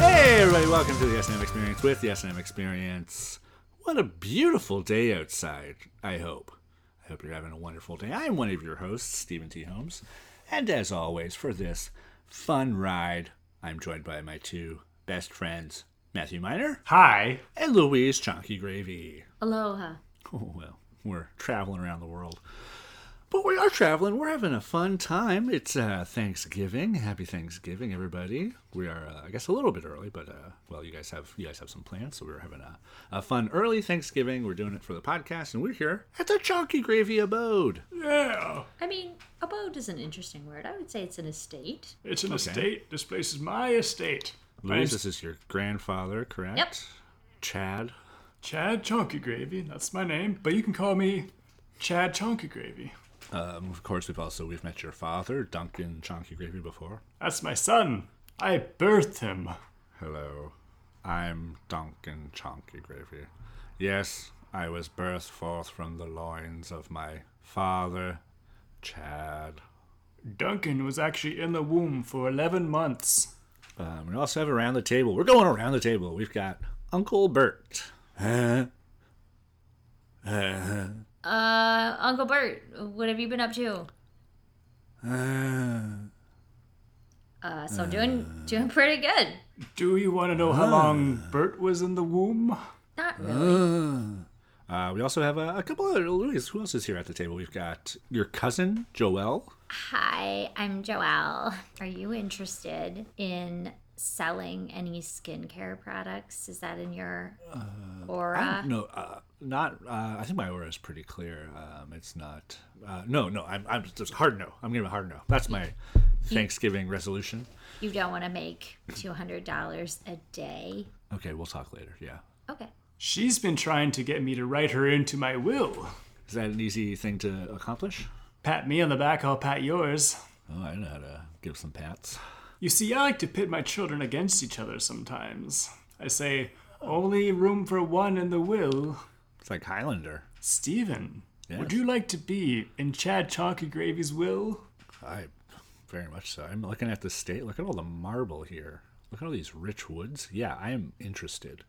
everybody, welcome to the S&M Experience with the S&M Experience. What a beautiful day outside, I hope. I hope you're having a wonderful day. I'm one of your hosts, Stephen T. Holmes. And as always, for this fun ride, I'm joined by my two best friends, Matthew Miner Hi. and Louise Chonky Gravy. Aloha. Oh, well, we're traveling around the world. But we are traveling. We're having a fun time. It's uh, Thanksgiving. Happy Thanksgiving, everybody. We are, uh, I guess, a little bit early, but uh, well, you guys have you guys have some plans, so we're having a, a fun early Thanksgiving. We're doing it for the podcast, and we're here at the Chunky Gravy Abode. Yeah. I mean, abode is an interesting word. I would say it's an estate. It's an estate. This place is my estate. My Louise, name's this is your grandfather, correct? Yep. Chad. Chad Chonky Gravy. That's my name. But you can call me Chad Chonky Gravy. Um, of course, we've also we've met your father, Duncan Chunky Gravy, before. That's my son. I birthed him. Hello, I'm Duncan Chonky Gravy. Yes, I was birthed forth from the loins of my father, Chad. Duncan was actually in the womb for 11 months. Um, we also have around the table. We're going around the table. We've got Uncle Bert. Uh, Huh? Huh? Uh, Uncle Bert, what have you been up to? Huh? Uh, so doing doing pretty good. Do you want to know how long Bert was in the womb? Not really. Uh, we also have a, a couple of Louis. Who else is here at the table? We've got your cousin Joel. Hi, I'm Joelle. Are you interested in selling any skincare products? Is that in your aura? No, uh, not. Uh, I think my aura is pretty clear. Um, it's not. Uh, no, no. I'm, I'm just hard no. I'm gonna be hard no. That's my Thanksgiving resolution. You don't want to make two hundred dollars a day. Okay, we'll talk later. Yeah. Okay. She's been trying to get me to write her into my will. Is that an easy thing to accomplish? Pat me on the back, I'll pat yours. Oh, I know how to give some pats. You see, I like to pit my children against each other sometimes. I say, only room for one in the will. It's like Highlander. Stephen, Yes. would you like to be in Chad Chonky Gravy's will? I very much so. I'm looking at the state. Look at all the marble here. Look at all these rich woods. Yeah, I am interested.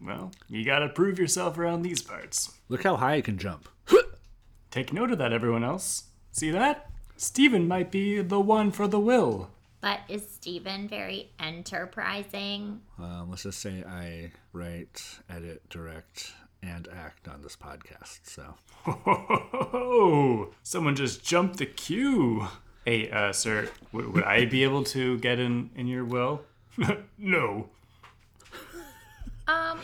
Well, you gotta prove yourself around these parts. Look how high I can jump. Take note of that, everyone else. See that? Stephen might be the one for the will. But is Steven very enterprising? Um, let's just say I write, edit, direct, and act on this podcast. So Oh, someone just jumped the queue. Hey, uh, sir, would, would I be able to get in in your will? no. Um,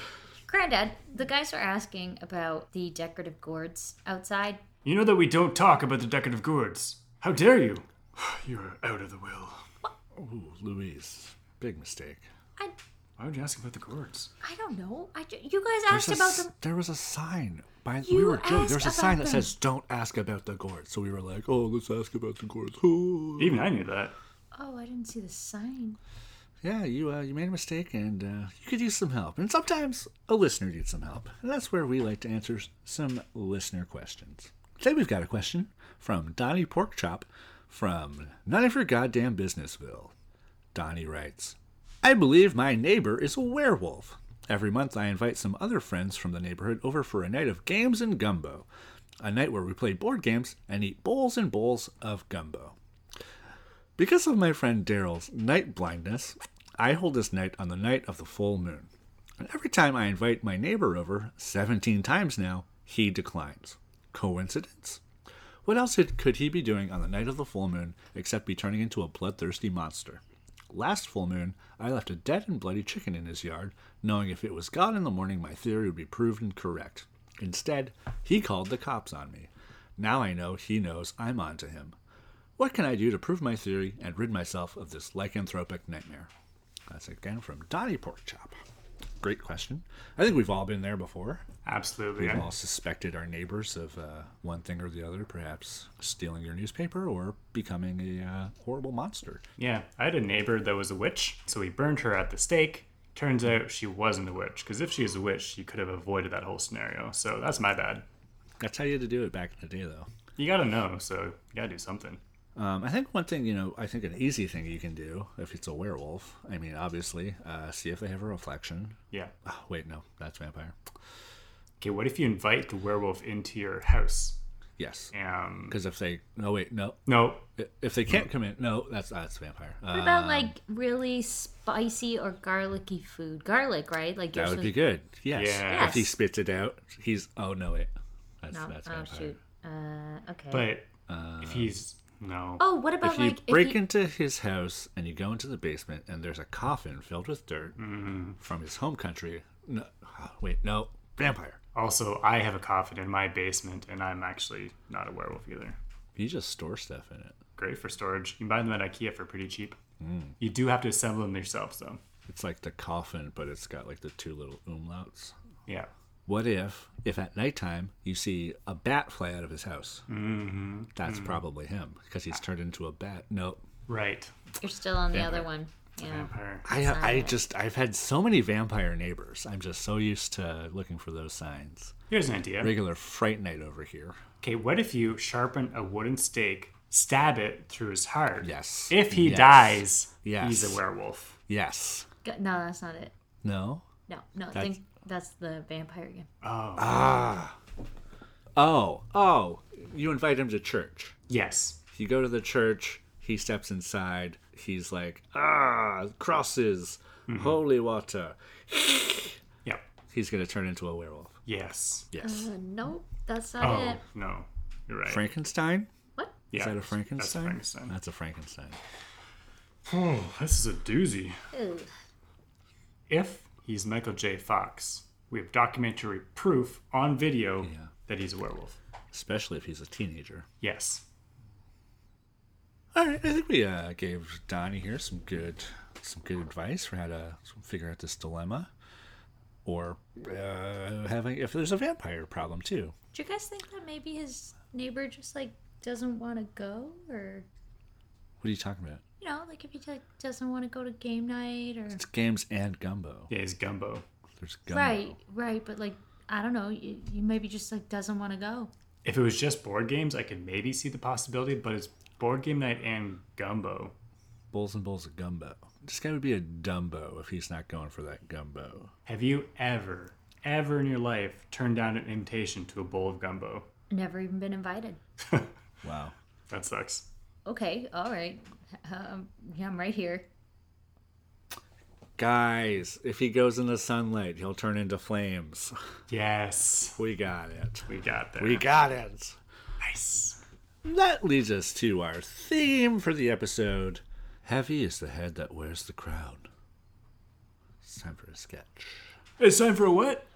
Granddad, the guys were asking about the decorative gourds outside. You know that we don't talk about the decorative gourds. How dare you? You're out of the will. Ooh, Louise, big mistake. I, Why would you ask about the gourds? I don't know. I, ju- you guys asked There's a about s- them. There was a sign by we You were joking. There was a asked sign that about says "Don't ask about the gourd." So we were like, "Oh, let's ask about the gourds." Ooh. Even I knew that. Oh, I didn't see the sign. Yeah, you uh, you made a mistake, and uh, you could use some help. And sometimes a listener needs some help, and that's where we like to answer s- some listener questions. Today we've got a question from Donnie Porkchop from None of Your Goddamn Businessville. Donnie writes, I believe my neighbor is a werewolf. Every month I invite some other friends from the neighborhood over for a night of games and gumbo, a night where we play board games and eat bowls and bowls of gumbo. Because of my friend Daryl's night blindness, I hold this night on the night of the full moon. And every time I invite my neighbor over, 17 times now, he declines. Coincidence? What else had- could he be doing on the night of the full moon except be turning into a bloodthirsty monster? Last full moon, I left a dead and bloody chicken in his yard, knowing if it was gone in the morning, my theory would be proven correct. Instead, he called the cops on me. Now I know he knows I'm onto him. What can I do to prove my theory and rid myself of this lycanthropic nightmare? That's again from Donnie Porkchop. Great question. I think we've all been there before. Absolutely. We've I- all suspected our neighbors of uh, one thing or the other, perhaps stealing your newspaper or becoming a uh, horrible monster. Yeah, I had a neighbor that was a witch, so we burned her at the stake. Turns out she wasn't a witch, because if she is a witch, you could have avoided that whole scenario. So that's my bad. That's how you had to do it back in the day, though. You gotta know, so you gotta do something. Um, I think one thing, you know, I think an easy thing you can do if it's a werewolf, I mean, obviously, uh, see if they have a reflection. Yeah. Oh, wait, no, that's vampire. Okay, what if you invite the werewolf into your house? Yes. Um, Because if they, no, wait, no. no, I- If they can't come in, no, that's that's vampire. What Uh, about like really spicy or garlicky food? Garlic, right? Like you're that would be supposed- good. Yes. Yes. If he spits it out, he's, oh, no, wait. That's, No. that's Oh vampire. shoot. Uh, okay. but if he's no, oh, what about If you like break if he- into his house and you go into the basement and there's a coffin filled with dirt from his home country, no, ah, wait, no, vampire. also I have a coffin in my basement, and I'm actually not a werewolf either. You just store stuff in it. Great for storage. You can buy them at IKEA for pretty cheap. You do have to assemble them yourself, though. It's like the coffin, but it's got like the two little umlauts. Yeah. What if, if at nighttime you see a bat fly out of his house? Mm-hmm. That's probably him because he's turned into a bat. No, Right. you're still on the Vampire. other one? Yeah. Vampire. I, I just, I've had so many vampire neighbors. I'm just so used to looking for those signs. Here's an idea. Regular fright night over here. Okay, what if you sharpen a wooden stake, stab it through his heart? Yes. If he Yes. dies, Yes. he's a werewolf. Yes. Go- No, that's not it. No. No, no. I That's- think that's the vampire again. Oh, oh, you invite him to church. Yes. You go to the church, he steps inside, he's like, ah, crosses, Mm-hmm. holy water. Yep. He's going to turn into a werewolf. Yes. Yes. Uh, nope, that's not Oh it. no, you're right. Frankenstein? What? yeah, Is that a that's- That's a Frankenstein? Frankenstein. That's a Frankenstein. Oh, this is a doozy. Ew. If he's Michael J. Fox, we have documentary proof on video Yeah. that he's a werewolf. Especially if he's a teenager. Yes. All right, I think we uh, gave Donnie here some good, some good advice for how to figure out this dilemma, or uh, having if there's a vampire problem too. Do you guys think that maybe his neighbor just like doesn't want to go, or What are you talking about? you know, like if he like doesn't want to go to game night, or It's games and gumbo. Yeah, he's Gumbo. There's gumbo. right, right, but like I don't know, you, you maybe just like doesn't want to go. If it was just board games, I could maybe see the possibility, but it's board game night and Gumbo. Bowls and bowls of gumbo. This guy would be a dumbo if he's not going for that gumbo. Have you ever, ever in your life turned down an invitation to a bowl of gumbo? Never even been invited. Wow. That sucks. Okay, all right, um, yeah, I'm right here. Guys, if he goes in the sunlight, he'll turn into flames. Yes, We got it. we got there. We got it. nice. That leads us to our theme for the episode Heavy is the head that wears the crown. It's time for a sketch. It's time for a what?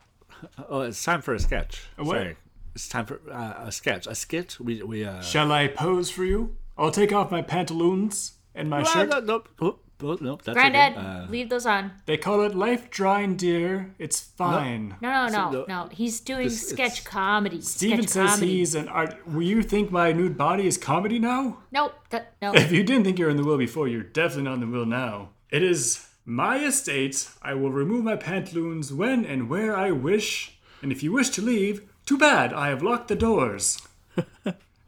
Oh, it's time for a sketch. A what? Sorry. It's time for uh, a sketch. A skit? We, we, uh. Shall I pose for you? I'll take off my pantaloons and my Ah, shirt. no, nope. Oh, oh, nope. That's okay. Granddad, Uh, leave those on. They call it life drawing, dear. It's fine. No, no, so no, the- no. He's doing this- sketch it's- comedy. Steven sketch says comedy. he's an art. Well, you think my nude body is comedy now? Nope, that, no. If you didn't think you were in the will before, you're definitely not in the will now. It is my estate. I will remove my pantaloons when and where I wish. And if you wish to leave, too bad. I have locked the doors.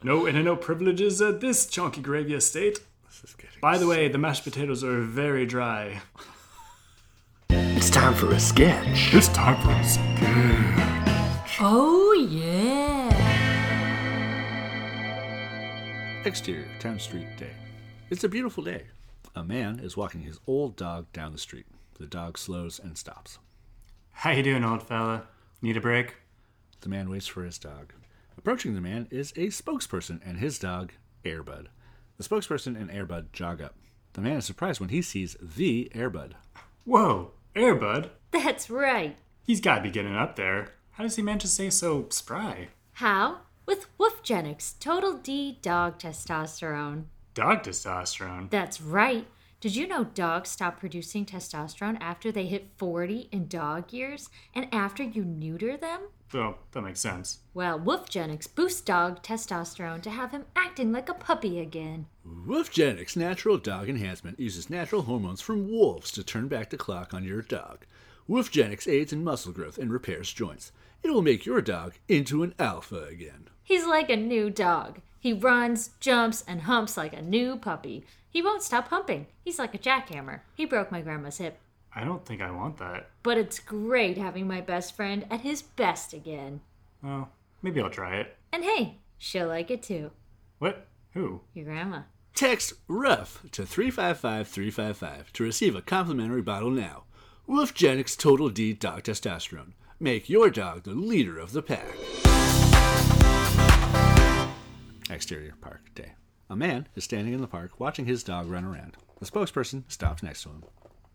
no in and out privileges at this chunky gravy estate. this is getting- By the way, the mashed potatoes are very dry. It's time for a sketch. It's time for us. oh yeah. Exterior, Town Street Day. It's a beautiful day. A man is walking his old dog down the street. The dog slows and stops. How you doing, old fella? Need a break? The man waits for his dog. Approaching the man is a spokesperson and his dog, Airbud. The spokesperson and Airbud jog up. The man is surprised when he sees the Airbud. Whoa, Airbud. That's right. He's got to be getting up there. How does he manage to stay so spry? How? With Woofgenics Total D Dog Testosterone. Dog testosterone. That's right. Did you know dogs stop producing testosterone after they hit 40 in dog years and after you neuter them? Well, that makes sense. Well, Woofgenics boosts dog testosterone to have him acting like a puppy again. Wolfgenics Natural Dog Enhancement uses natural hormones from wolves to turn back the clock on your dog. Wolfgenics aids in muscle growth and repairs joints. It will make your dog into an alpha again. He's like a new dog. He runs, jumps, and humps like a new puppy. He won't stop humping. He's like a jackhammer. He broke my grandma's hip. I don't think I want that. But it's great having my best friend at his best again. Well, maybe I'll try it. And hey, she'll like it too. What? Who? Your grandma. Text RUFF to 355 355 to receive a complimentary bottle now. Wolfgenix Total D Dog Testosterone. Make your dog the leader of the pack. Exterior Park Day. A man is standing in the park watching his dog run around. The spokesperson stops next to him.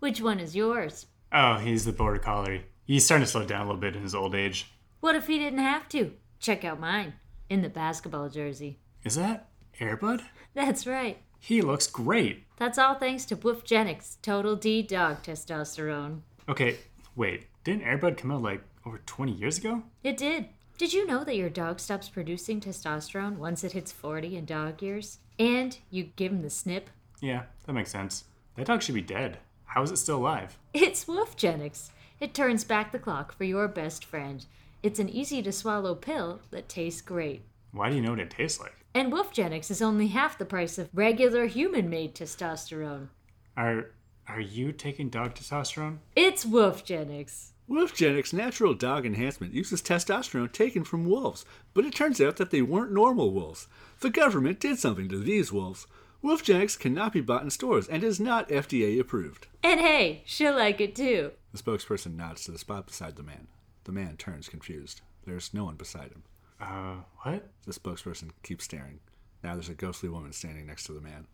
Which one is yours? Oh, he's the border collie. He's starting to slow down a little bit in his old age. What if he didn't have to? Check out mine in the basketball jersey. Is that Airbud? That's right. He looks great. That's all thanks to Woofgenics Total D Dog Testosterone. Okay, wait. Didn't Airbud come out like over 20 years ago? It did. Did you know that your dog stops producing testosterone once it hits 40 in dog years? And you give him the snip? Yeah, that makes sense. That dog should be dead. How is it still alive? It's Wolfgenics. It turns back the clock for your best friend. It's an easy to swallow pill that tastes great. Why do you know what it tastes like? And Wolfgenics is only half the price of regular human made testosterone. Are are you taking dog testosterone? It's Wolfgenics. Wolfgenix Natural Dog Enhancement uses testosterone taken from wolves, but it turns out that they weren't normal wolves. The government did something to these wolves. Wolfgenix cannot be bought in stores and is not FDA approved. And hey, she'll like it too. The spokesperson nods to the spot beside the man. The man turns confused. There's no one beside him. Uh, what? The spokesperson keeps staring. Now there's a ghostly woman standing next to the man.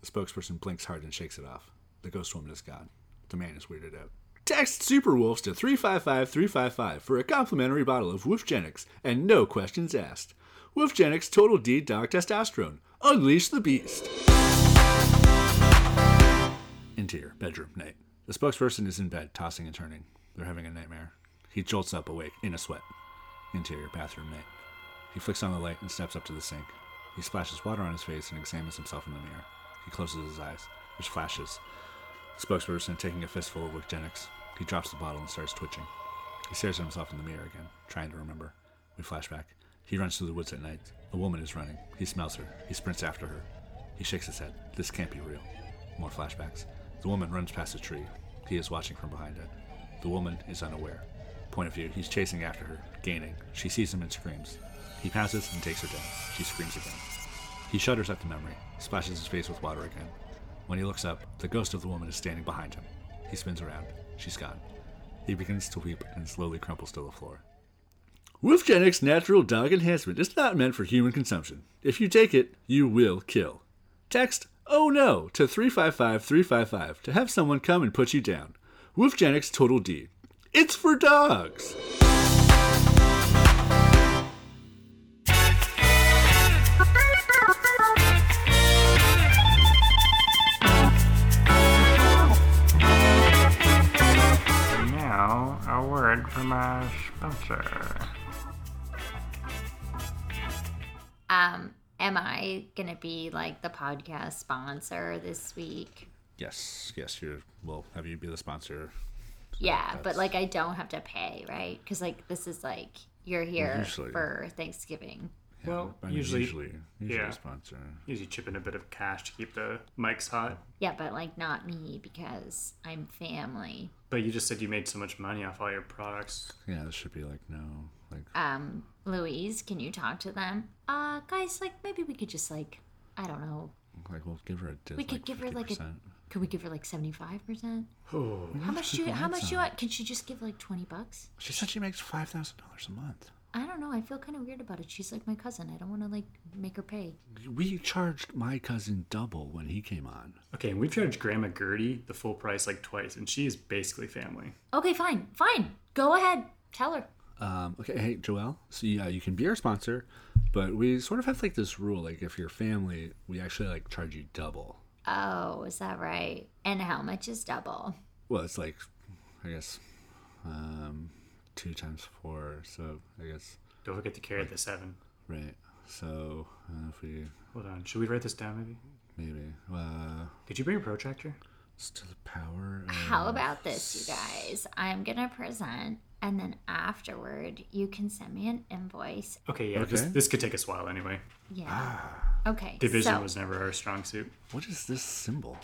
The spokesperson blinks hard and shakes it off. The ghost woman is gone. The man is weirded out. Text Superwolves to 355 355 for a complimentary bottle of Wolfgenix and no questions asked. Wolfgenix Total D Dog Testosterone. Unleash the beast. Interior bedroom night. The spokesperson is in bed, tossing and turning. They're having a nightmare. He jolts up awake in a sweat. Interior bathroom night. He flicks on the light and steps up to the sink. He splashes water on his face and examines himself in the mirror. He closes his eyes. There's flashes. Spokesperson taking a fistful of Wicgenix. He drops the bottle and starts twitching. He stares at himself in the mirror again, trying to remember. We flash back. He runs through the woods at night. A woman is running. He smells her. He sprints after her. He shakes his head. This can't be real. More flashbacks. The woman runs past a tree. He is watching from behind it. The woman is unaware. Point of view, he's chasing after her, gaining. She sees him and screams. He passes and takes her down. She screams again. He shudders at the memory, splashes his face with water again. When he looks up, the ghost of the woman is standing behind him. He spins around. She's gone. He begins to weep and slowly crumples to the floor. Wolfgenix Natural Dog Enhancement is not meant for human consumption. If you take it, you will kill. Text Oh No to 355 355 to have someone come and put you down. Wolfgenix Total D. It's for dogs! Now, a word from our sponsor. Um, am I gonna be like the podcast sponsor this week? Yes, yes, you're. Well, have you be the sponsor? Yeah, but like I don't have to pay, right? Because like this is like you're here usually- for Thanksgiving. Well, I mean, usually, usually, usually yeah. sponsor. usually chip in a bit of cash to keep the mics hot. Yeah, but like not me because I'm family. But you just said you made so much money off all your products. Yeah, this should be like no, like Um, Louise, can you talk to them? Uh, guys, like maybe we could just like I don't know. like we'll give her a dis- We could like give her like a. 50%. Could we give her like seventy five percent? Oh, How much do you? How much do you? want? Can she just give like twenty bucks? She said she makes five thousand dollars a month. I don't know. I feel kind of weird about it. She's like my cousin. I don't want to like make her pay. We charged my cousin double when he came on. Okay, and we've charged Grandma Gertie the full price like twice, and she is basically family. Okay, fine, fine. Go ahead. Tell her. Um, okay, hey Joelle, so yeah, you can be our sponsor, but we sort of have like this rule: like if you're family, we actually like charge you double. Oh, is that right? And how much is double? Well, it's like, I guess, um, two times four. So I guess Don't forget to carry the seven. right. So uh, if we Hold on, should we write this down maybe? maybe uh, Did you bring a protractor? it's to the power. Of, How about this, you guys? I'm gonna present and then afterward you can send me an invoice. Okay, yeah, This, Okay. this could take us a while anyway. Yeah. Okay. Division so- was never our strong suit. What is this symbol?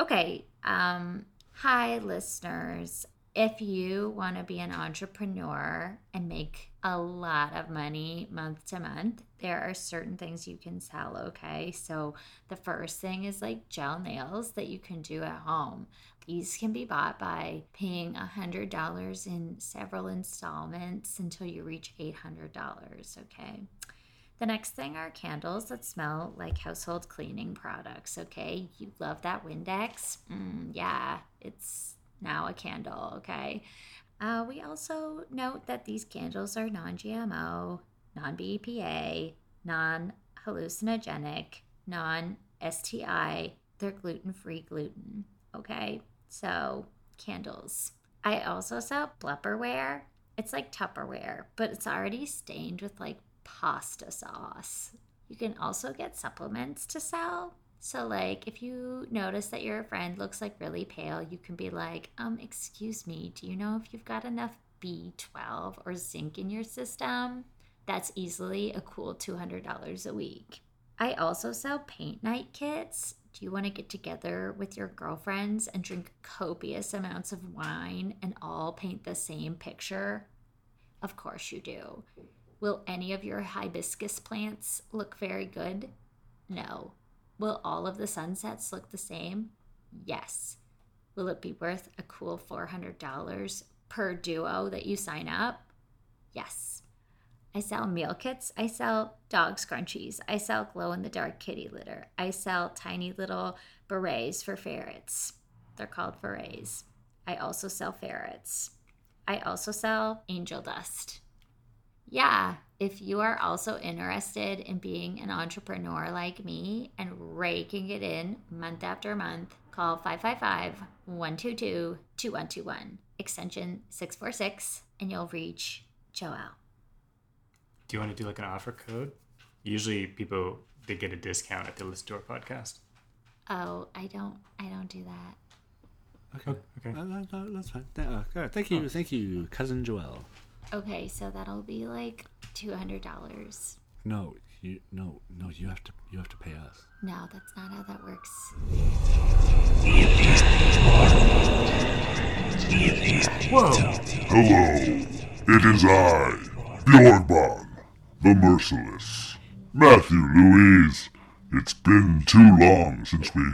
Okay. Um, hi, listeners. If you want to be an entrepreneur and make a lot of money month to month, there are certain things you can sell. Okay. So the first thing is like gel nails that you can do at home. These can be bought by paying $100 in several installments until you reach $800. Okay. The next thing are candles that smell like household cleaning products. Okay, you love that Windex? Mm, yeah, it's now a candle. Okay. Uh, we also note that these candles are non GMO, non BPA, non hallucinogenic, non STI. They're gluten free gluten. Okay, so candles. I also sell Blupperware. It's like Tupperware, but it's already stained with like pasta sauce. You can also get supplements to sell. So, like, if you notice that your friend looks like really pale, you can be like, um, excuse me, do you know if you've got enough B12 or zinc in your system? That's easily a cool $200 a week. I also sell paint night kits. Do you want to get together with your girlfriends and drink copious amounts of wine and all paint the same picture? Of course you do. Will any of your hibiscus plants look very good? No. Will all of the sunsets look the same? Yes. Will it be worth a cool $400 per duo that you sign up? Yes. I sell meal kits. I sell dog scrunchies. I sell glow in the dark kitty litter. I sell tiny little berets for ferrets. They're called berets. I also sell ferrets. I also sell angel dust. Yeah, if you are also interested in being an entrepreneur like me and raking it in month after month, call 555 122 2121, extension 646, and you'll reach Joelle. Do you want to do like an offer code? Usually people they get a discount if they listen to our podcast. Oh, I don't, I don't do that. Okay. okay. No, no, no, that's fine. No, uh, all right. Thank you. Thank you, Cousin Joelle. Okay, so that'll be like two hundred dollars. No, you no no you have to you have to pay us. No, that's not how that works. Whoa! Hello, it is I, Bjornbog, the Merciless. Matthew Louise, it's been too long since we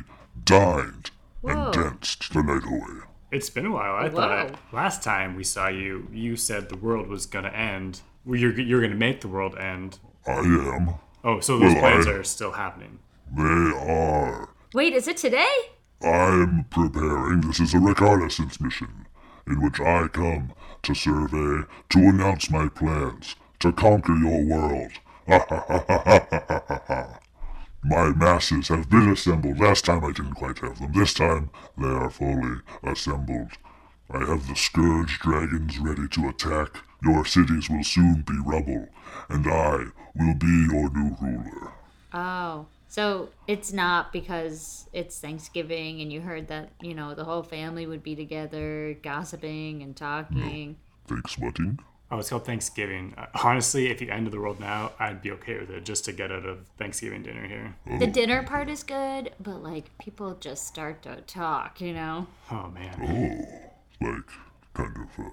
dined Whoa. and danced the night away. It's been a while. I Wow. thought last time we saw you, you said the world was gonna end. Well, You're you're gonna make the world end. I am, Oh, so those Well, plans I- are still happening. they are. Wait, is it today? I'm preparing. This is a reconnaissance mission in which I come to survey, to announce my plans, to conquer your world. my masses have been assembled. Last time I didn't quite have them. This time they are fully assembled. I have the scourge dragons ready to attack. Your cities will soon be rubble, and I will be your new ruler. Oh, so it's not because it's Thanksgiving and you heard that you know the whole family would be together, gossiping and talking. Thanks, Wetting. Oh, it's called Thanksgiving. Uh, honestly, if you ended the world now, I'd be okay with it just to get out of Thanksgiving dinner here. The dinner part is good, but like people just start to talk, you know. Oh man. Oh, like kind of uh,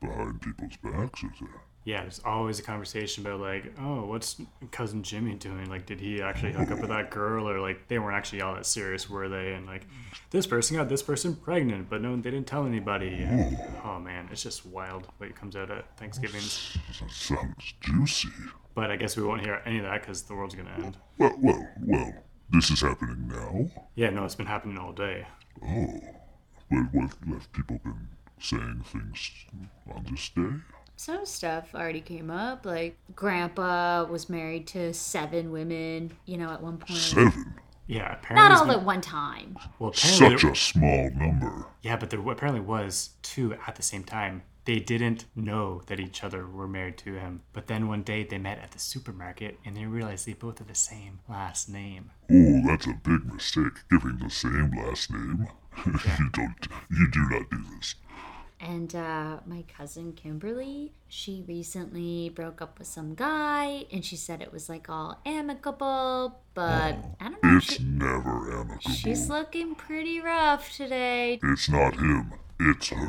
behind people's backs, is it? Yeah, there's always a conversation about like, oh, what's cousin Jimmy doing? Like, did he actually hook up with that girl, or like they weren't actually all that serious, were they? And like, this person got this person pregnant, but no, they didn't tell anybody. And, oh man, it's just wild what comes out at Thanksgiving. That sounds juicy. But I guess we won't hear any of that because the world's gonna end. Well, well, well. This is happening now. Yeah, no, it's been happening all day. Oh, well, what have people been saying things on this day? Some stuff already came up, like Grandpa was married to seven women, you know, at one point. Seven. Yeah, apparently. Not there's all been- at one time. well, apparently Such there- a small number. yeah, but there apparently was two at the same time. They didn't know that each other were married to him. But then one day they met at the supermarket and they realized they both had the same last name. Oh, that's a big mistake. Giving the same last name. you don't. You do not do this. And uh, my cousin Kimberly, she recently broke up with some guy, and she said it was like all amicable, but I don't know. Oh, It's She, never amicable. she's looking pretty rough today. It's not him. It's her.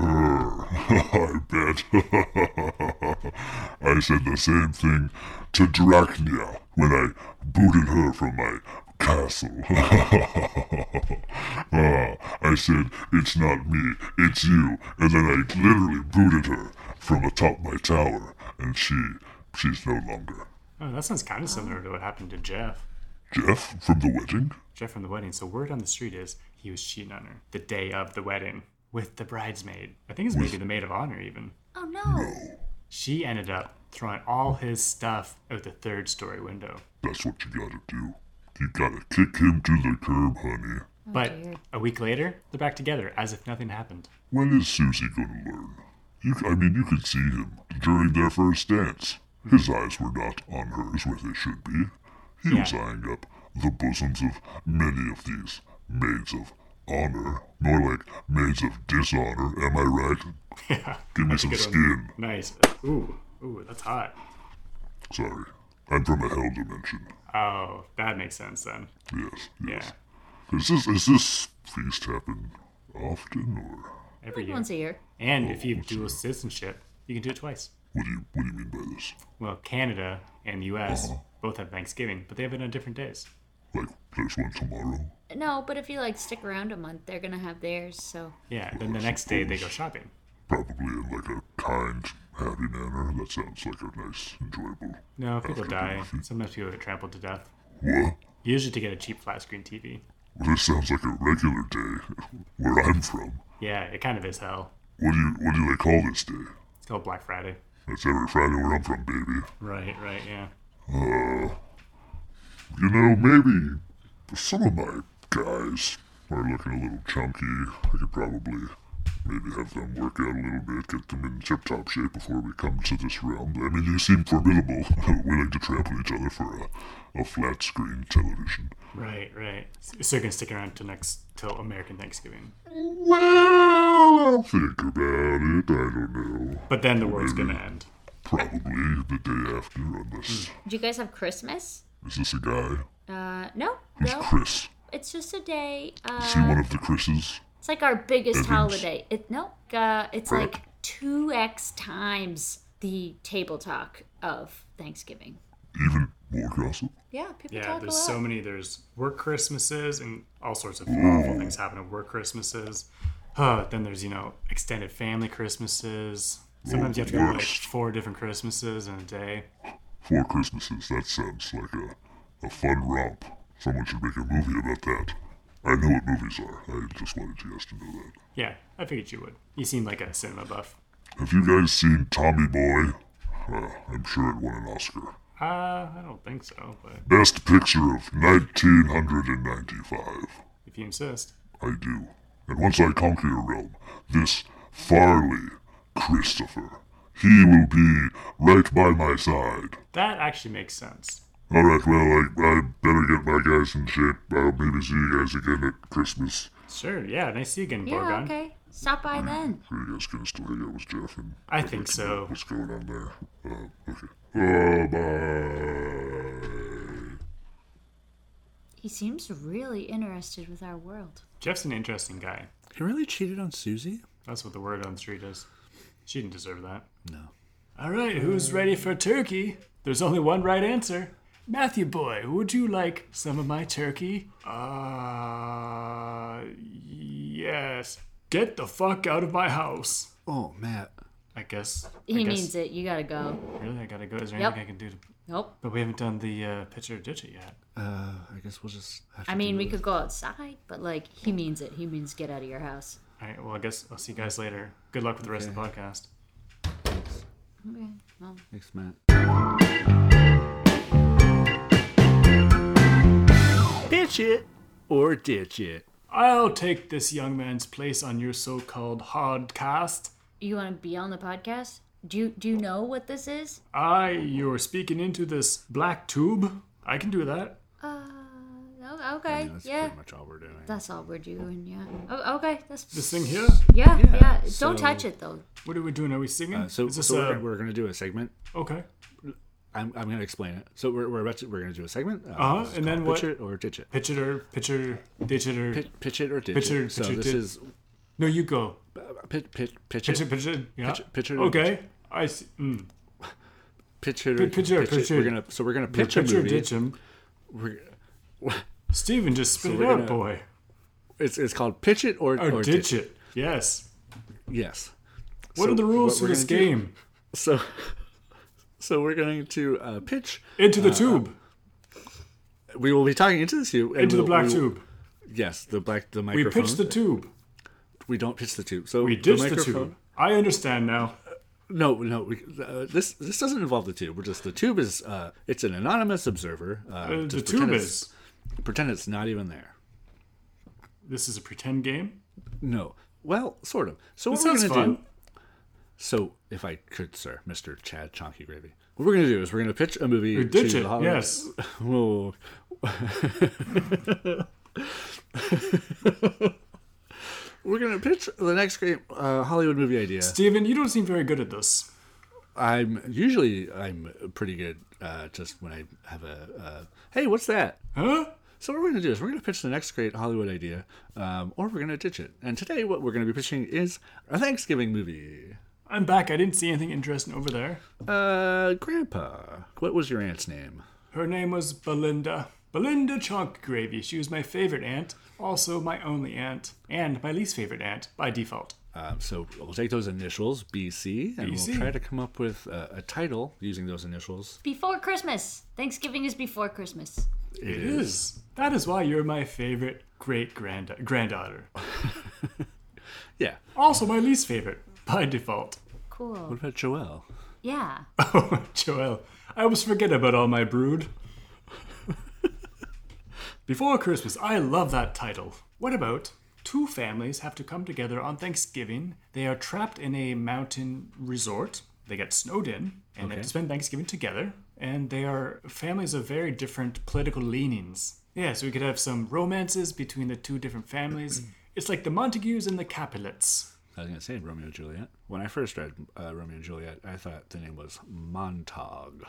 I bet. I said the same thing to Drachnia when I booted her from my castle. ah, I said, it's not me, it's you. And then I literally booted her from atop my tower, and she, she's no longer. Oh, that sounds kind of similar to what happened to Jeff. Jeff from the wedding? Jeff from the wedding. So word on the street is he was cheating on her the day of the wedding with the bridesmaid. I think it's maybe the maid of honor even. Oh no. She ended up throwing all his stuff out the third story window. That's what you gotta do. You gotta kick him to the curb, honey. Oh, But a week later, they're back together as if nothing happened. When is Susie going to learn? You, I mean, you could see him during their first dance. His eyes were not on hers where they should be. He was Yeah. eyeing up the bosoms of many of these maids of honor, more like maids of dishonor. Am I right? Yeah, Give me that's a some good one. skin. Nice. Ooh, ooh, that's hot. Sorry, I'm from a hell dimension. Oh, that makes sense then. Yes, Yeah, yes. Does this is this feast happen often, or every Like year. once a year. And if you have dual citizenship, you can do it twice. what do you what do you mean by this? Well, Canada and the U.S. both have Thanksgiving, but they have it on different days. Like there's one tomorrow? No, but if you like stick around a month, they're gonna have theirs. So Yeah, then the next day they go shopping. probably in like a kind, happy manner. That sounds like a nice, enjoyable. No, people die. Sometimes people get trampled to death. What? Usually to get a cheap flat screen TV. Well, this sounds like a regular day where I'm from. Yeah, it kind of is hell. What do you what do they call this day? It's called Black Friday. It's every Friday where I'm from, baby. Right, right, yeah. Uh, you know, maybe some of my guys are looking a little chunky. I could probably maybe have them work out a little bit, get them in tip top shape before we come to this round. I mean, they seem formidable, willing to trample each other for a, a flat screen television. Right, right. So you're gonna stick around till next till American Thanksgiving. Well, I'll think about it. I don't know. But then the world's gonna end. Probably the day after, unless. do you guys have Christmas? Is this a guy? Uh, no, Who's no. Chris? It's just a day. Is he one Uh, of the Chris's? it's like our biggest Evans? holiday. It no, uh, it's like two x times the table talk of Thanksgiving. Even more gossip? Yeah, people Yeah, talk a lot. there's so many. There's work Christmases and all sorts of awful things happen at work Christmases. Huh, then there's, you know, extended family Christmases. Sometimes you have to go to like four different Christmases in a day. Four Christmases. That sounds like a, a fun romp. Someone should make a movie about that. I know what movies are. I just wanted you guys to know that. Yeah, I figured you would. You seem like a cinema buff. Have you guys seen Tommy Boy? Uh, I'm sure it won an Oscar. Uh, I don't think so, but Best Picture of 1995. if you insist. I do. And once I conquer your realm, this Farley Christopher, he will be right by my side. That actually makes sense. Alright, well, I, I better get my guys in shape. I'll maybe see you guys again at Christmas. Sure, yeah, nice to see you again, yeah, Borgon. Mm-hmm. okay. Stop by then. Are you guys gonna still hang out with Jeff and I think so. what's going on there? Uh, okay. Oh, Uh, bye. He seems really interested with our world. Jeff's an interesting guy. He really cheated on Susie? That's what the word on the street is. She didn't deserve that. No. All right, who's ready for turkey? There's only one right answer. Matthew boy, would you like some of my turkey? Uh, yes. Get the fuck out of my house. Oh, Matt. I guess. He I guess, means it. You gotta go. Really, I gotta go. Is there Yep. anything I can do? To, Nope. but we haven't done the uh, pitcher ditch it yet. Uh, I guess we'll just. Have to I mean, do we it. could go outside, but like, he means it. He means get out of your house. All right. Well, I guess I'll see you guys later. Good luck with the rest of the podcast. Thanks. Okay. Well, Thanks, Matt. Ditch it or ditch it. I'll take this young man's place on your so-called hardcast. you want to be on the podcast? Do you do you know what this is? I, you're speaking into this black tube. I can do that. Uh, Oh, okay. And that's yeah. pretty much all we're doing. That's all we're doing. Yeah. Oh, okay. That's This thing here? yeah. Yeah. so- Don't touch it though. What are we doing? Are we singing? Uh, so Is this so a- we're, we're going to do a segment. okay. I'm, I'm going to explain it. So we're, we're about to, we're going to do a segment. Uh, Uh-huh, this is and then called pitch what- it or ditch it. Pitch it or pitch it, ditch it or. Pitch, pitch it or ditch Pitch it. it or so ditch it, this ditch- is uh, No, you go. pitch pitch pitch, it, Pitch it, pitch it. Yeah. Pitch it- pitch it or okay. I see. Mm. pitch it or Pitch- pitch it or ditch We're it. gonna so we're going to pitch a pitch or movie. ditch him. We're, Steven, just spit it we're out, gonna- boy. it's it's called pitch it or Or, or ditch, it. Yes. Yes. What So are the rules for what we're this gonna do- game? So so we're going to uh, pitch. Into the tube. We will be talking into this tube. and Into the we'll- black we will- tube. Yes, the black the We microphone. pitched the tube. We don't pitch the tube. So We the ditched the, microphone- tube. I understand now. No, no. We, uh, this this doesn't involve the tube. We're just the tube is uh, it's an anonymous observer. Uh, Uh, the just tube pretend is. it's, pretend it's not even there. This is a pretend game. No, well, sort of. So That what we're sounds gonna fun. do? So if I could, sir, Mister Chad Chunky Gravy, what we're gonna do is we're gonna pitch a movie. We ditch to it. the Hollywood- Yes. Whoa. we're gonna pitch the next great uh, Hollywood movie idea. Steven, you don't seem very good at this. I'm usually I'm pretty good uh, just when I have a uh, hey, what's that? Huh? So what we're going to do is we're going to pitch the next great Hollywood idea, um, or we're going to ditch it. And today, what we're going to be pitching is a Thanksgiving movie. I'm back. I didn't see anything interesting over there. Uh, Grandpa, what was your aunt's name? Her name was Belinda. Belinda Chonk Gravy. She was my favorite aunt, also my only aunt, and my least favorite aunt by default. Um, so we'll take those initials, BC, and BC. we'll try to come up with uh, a title using those initials. Before Christmas. Thanksgiving is before Christmas. It is. That is why you're my favorite great granda- granddaughter. Yeah. Also my least favorite by default. Cool. What about Joelle? Yeah. Oh, Joel, I always forget about all my brood. Before Christmas, I love that title. What about two families have to come together on Thanksgiving? They are trapped in a mountain resort. They get snowed in and they have to spend Thanksgiving together. And they are families of very different political leanings. Yeah, so we could have some romances between the two different families. It's like the Montagues and the Capulets. I was going to say Romeo and Juliet. When I first read uh, Romeo and Juliet, I thought the name was Montag.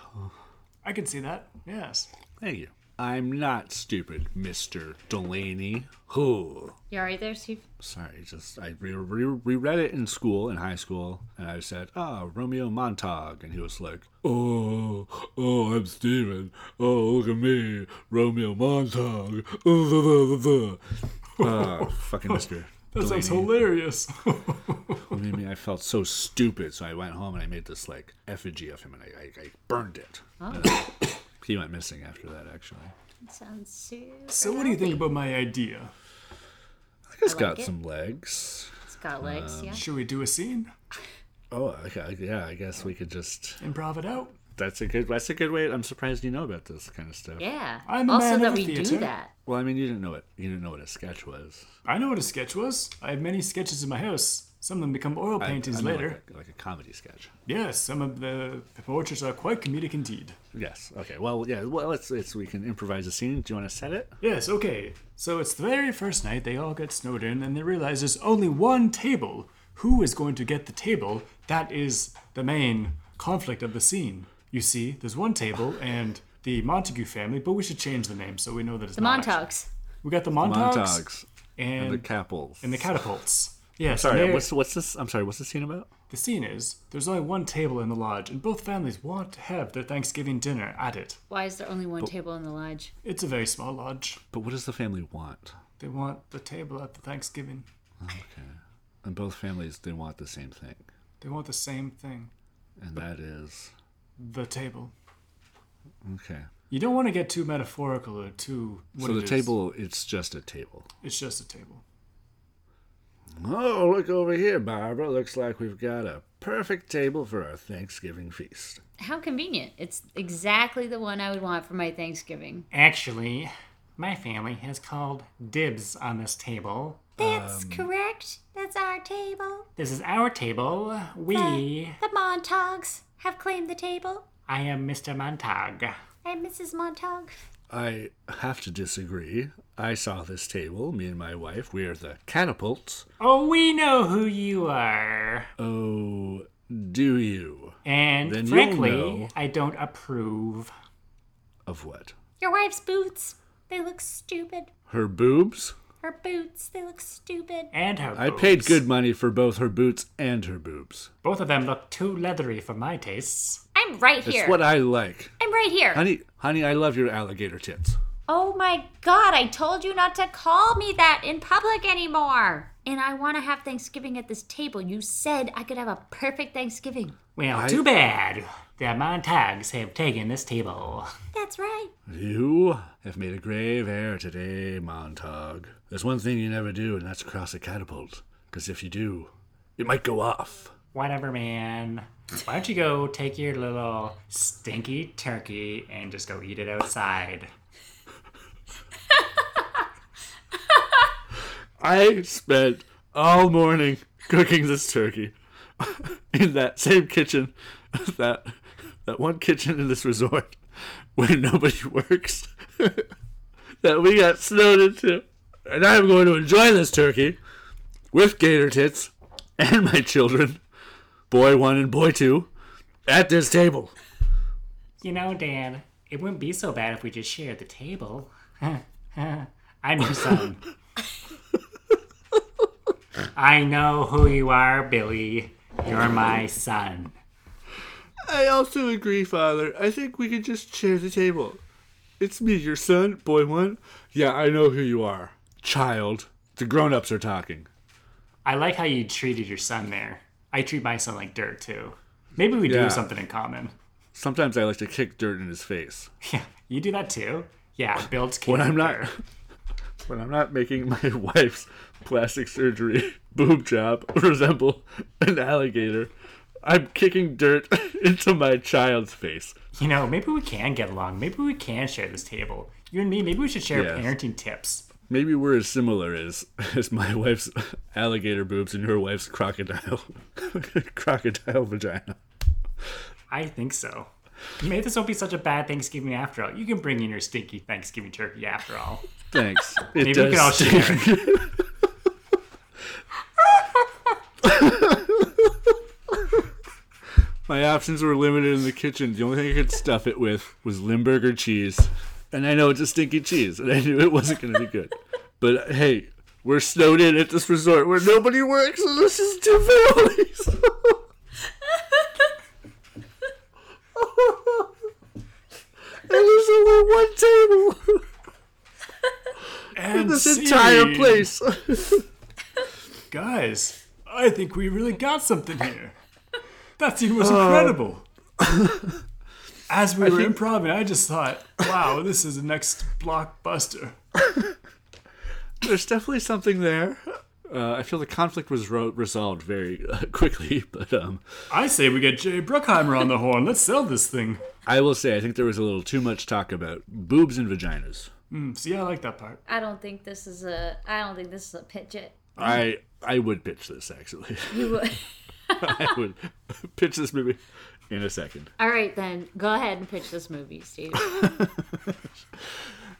I can see that. Yes. Thank you. I'm not stupid, Mr. Delaney. Who? You alright there, Steve? Sorry, just I re- re- reread it in school, in high school, and I said, "Oh, Romeo Montag," and he was like, "Oh, oh, I'm Steven. Oh, look at me, Romeo Montag." Oh, fucking Mister. That sounds hilarious. Made me, I felt so stupid, so I went home and I made this like effigy of him, and I, I, I burned it. Ah. And he went missing after that. Actually, Sounds super. So, what do you think about my idea? I think it's like got it. some legs. It's got legs, yeah. Should we do a scene? Oh, okay, yeah. I guess we could just. Improv it out? That's a good. That's a good way. I'm surprised you know about this kind of stuff. Yeah. I'm a also man that of the we do theater. that. Well, I mean, you didn't know it. You didn't know what a sketch was. I know what a sketch was. I have many sketches in my house. Some of them become oil I- paintings I mean, later. like a, like a comedy sketch. Yes, some of the portraits are quite comedic indeed. Yes. Okay. Well, yeah. Well, it's it's we can improvise a scene. Do you want to set it? Yes, okay. So it's the very first night they all get snowed in and they realize there's only one table. Who is going to get the table? That is the main conflict of the scene. You see, there's one table and the Montague family, but we should change the name so we know that it's The Montags. We got the Montags, and and, the Capels. and the catapults. Yes. Sorry. and there- What's what's this? I'm sorry. What's the scene about? the scene is there's only one table in the lodge, and both families want to have their Thanksgiving dinner at it. Why is there only one table in the lodge? It's a very small lodge. But what does the family want? They want the table at the Thanksgiving. And both families they want the same thing, They want the same thing. and that is The table. okay. You don't want to get too metaphorical or too. What so the it is. table, it's just a table. It's just a table. Oh, look over here, Barbara. Looks like we've got a perfect table for our Thanksgiving feast. How convenient. It's exactly the one I would want for my Thanksgiving. Actually, my family has called dibs on this table. That's Um, correct. That's our table. This is our table. We. The Montags have claimed the table. I am Mr. Montag. I'm Mrs. Montag. I have to disagree. I saw this table, me and my wife. We are the catapults. Oh, we know who you are. Oh, do you? And Then you'll know. frankly, I don't approve. Of what? Your wife's boots, they look stupid. Her boobs? Her boots, they look stupid. And her I paid boobs. good money for both her boots and her boobs. Both of them look too leathery for my tastes. I'm right That's here. what I like. I'm right here. Honey, honey, I love your alligator tits. Oh my god, I told you not to call me that in public anymore. And I want to have Thanksgiving at this table. You said I could have a perfect Thanksgiving. Well, I- too bad. The Montags have taken this table. That's right. You have made a grave error today, Montag. There's one thing you never do, and that's cross a catapult. Because if you do, it might go off. Whatever, man. Why don't you go take your little stinky turkey and just go eat it outside? I spent all morning cooking this turkey in that same kitchen, that that one kitchen in this resort where nobody works, that we got snowed into, and I'm going to enjoy this turkey with gator tits and my children, boy one and boy two, at this table. You know, Dan, it wouldn't be so bad if we just shared the table. I'm your son. I know who you are, Billy. You're my son. I also agree, Father. I think we could just share the table. It's me, your son, boy one. Yeah, I know who you are. Child. The grown ups are talking. I like how you treated your son there. I treat my son like dirt too. Maybe we Yeah. do something in common. Sometimes I like to kick dirt in his face. Yeah, you do that too. Yeah, builds character. When I'm not when I'm not making my wife's plastic surgery boob job resemble an alligator, I'm kicking dirt into my child's face. You know, maybe we can get along. Maybe we can share this table. You and me. Maybe we should share Yes. parenting tips. Maybe we're as similar as as my wife's alligator boobs and your wife's crocodile crocodile vagina. I think so. Maybe this won't be such a bad Thanksgiving after all. You can bring in your stinky Thanksgiving turkey after all. Thanks. It Maybe we can all share. it. My options were limited in the kitchen. The only thing I could stuff it with was Limburger cheese. And I know it's a stinky cheese, and I knew it wasn't going to be good. But hey, we're snowed in at this resort where nobody works, and this is two families. and there's only one table in And this entire scene. place. Guys, I think we really got something here. That scene Uh, was incredible. As we were improvising, I just thought, wow, this is the next blockbuster. There's definitely something there. Uh, I feel the conflict was ro- resolved very uh, quickly, but um, I say we get Jay Bruckheimer on the horn. Let's sell this thing. I will say, I think there was a little too much talk about boobs and vaginas. Hmm, see, I like that part. I don't think this is a I don't think this is a pitch it. I I would pitch this actually. You would. I would pitch this movie in a second. All right then, go ahead and pitch this movie, Steve.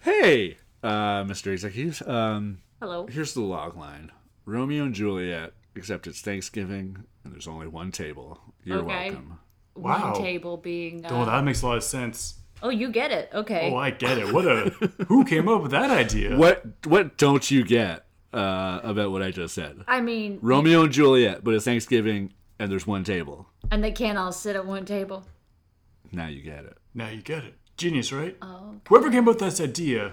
Hey, uh, Mr. Executive. Um, Hello. here's the log line: Romeo and Juliet. Except it's Thanksgiving and there's only one table. You're Okay. welcome. Wow. One table being uh, Oh, that makes a lot of sense. Oh, you get it. Okay. Oh, I get it. What a. Who came up with that idea? What what don't you get uh, about what I just said? I mean, Romeo and Juliet, but it's Thanksgiving and there's one table. and they can't all sit at one table. Now you get it. Now you get it. Genius, right? Whoever came up with this idea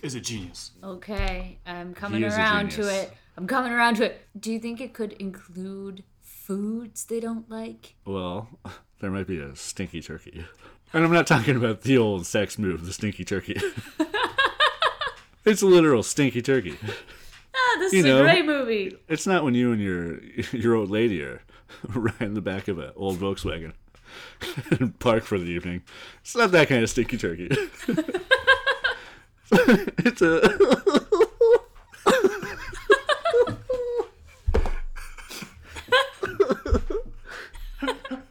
is a genius. Okay, I'm coming He is a around to genius. it. I'm coming around to it. Do you think it could include foods they don't like? Well, there might be a stinky turkey. And I'm not talking about the old sex move, the stinky turkey. it's a literal stinky turkey. Ah, this You is know. a great movie. It's not when you and your your old lady are riding the back of an old Volkswagen and park for the evening. It's not that kind of stinky turkey. it's a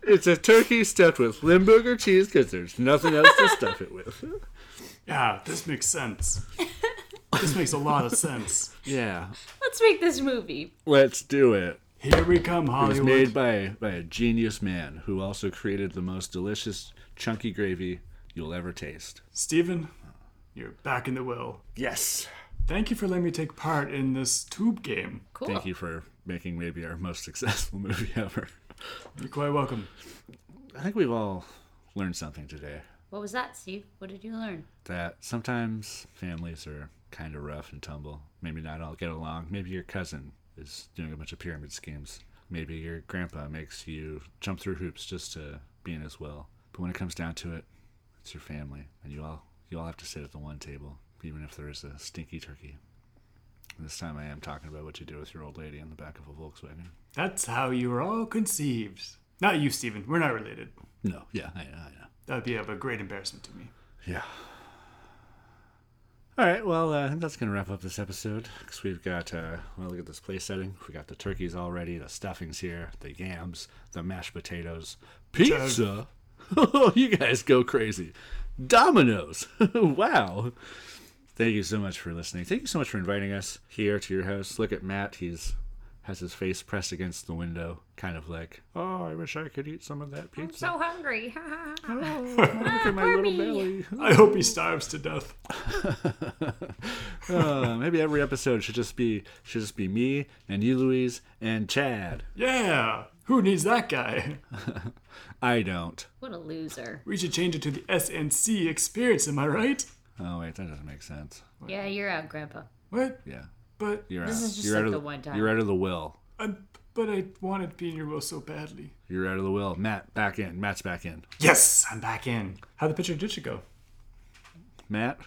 It's a turkey stuffed with Limburger cheese because there's nothing else to stuff it with. Yeah, this makes sense. this makes a lot of sense. Yeah. Let's make this movie. Let's do it. Here we come, It was Hollywood. made by, by a genius man who also created the most delicious chunky gravy you'll ever taste. Steven, you're back in the will. Yes. Thank you for letting me take part in this tube game. Cool. Thank you for making maybe our most successful movie ever. You're quite welcome. I think we've all learned something today What was that, Steve? What did you learn? that sometimes families are kind of rough and tumble. Maybe not all get along. Maybe your cousin is doing a bunch of pyramid schemes. Maybe your grandpa makes you jump through hoops just to be in his will. But when it comes down to it, it's your family, and you all you all have to sit at the one table, even if there is a stinky turkey. This time, I am talking about what you do with your old lady in the back of a Volkswagen. That's how you were all conceived. Not you, Steven. We're not related. No, yeah, I, I know. That would be of a great embarrassment to me. Yeah. All right, well, uh, I think that's going to wrap up this episode because we've got, uh, well, look at this play setting. We got the turkeys already, the stuffings here, the yams, the mashed potatoes, pizza. Oh, you guys go crazy. Dominoes. wow. Thank you so much for listening. Thank you so much for inviting us here to your house. Look at Matt. He's has his face pressed against the window, kind of like, oh, I wish I could eat some of that pizza. So hungry. Look at my little belly. I hope he starves to death. Uh, maybe every episode should just be should just be me and you, Louise, and Chad. Yeah! Who needs that guy? I don't. what a loser. We should change it to the SNC experience, am I right? Oh wait, that doesn't make sense. Yeah, you're out, Grandpa. What? Yeah, But you're This out. is just you're like out of the one time. You're out of the will. I, but I wanted to be in your will so badly. You're out of the will. Matt, back in. Matt's back in. Yes, I'm back in. How the picture did you go? Matt,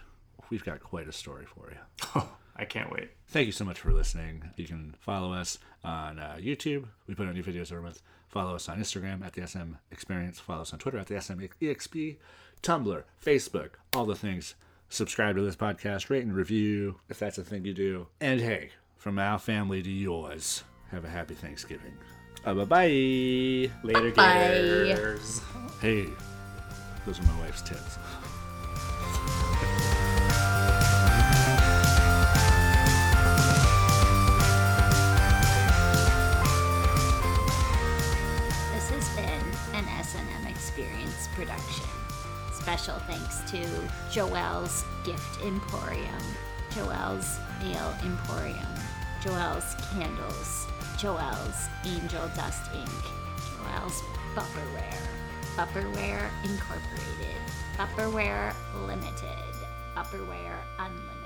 we've got quite a story for you. Oh, I can't wait. Thank you so much for listening. You can follow us on uh, YouTube. We put out new videos every month. Follow us on Instagram at the SM Experience. Follow us on Twitter at the SM EXP, Tumblr, Facebook, all the things. Subscribe to this podcast, rate and review if that's a thing you do. And hey, from our family to yours, have a happy Thanksgiving. Uh, bye bye. Later, Gators. Hey, those are my wife's tits. This has been an S&M Experience production. Special thanks to Joelle's Gift Emporium, Joelle's Nail Emporium, Joelle's Candles, Joelle's Angel Dust Ink, Joelle's Bufferware, Bufferware Incorporated, Bufferware Limited, Bufferware Unlimited.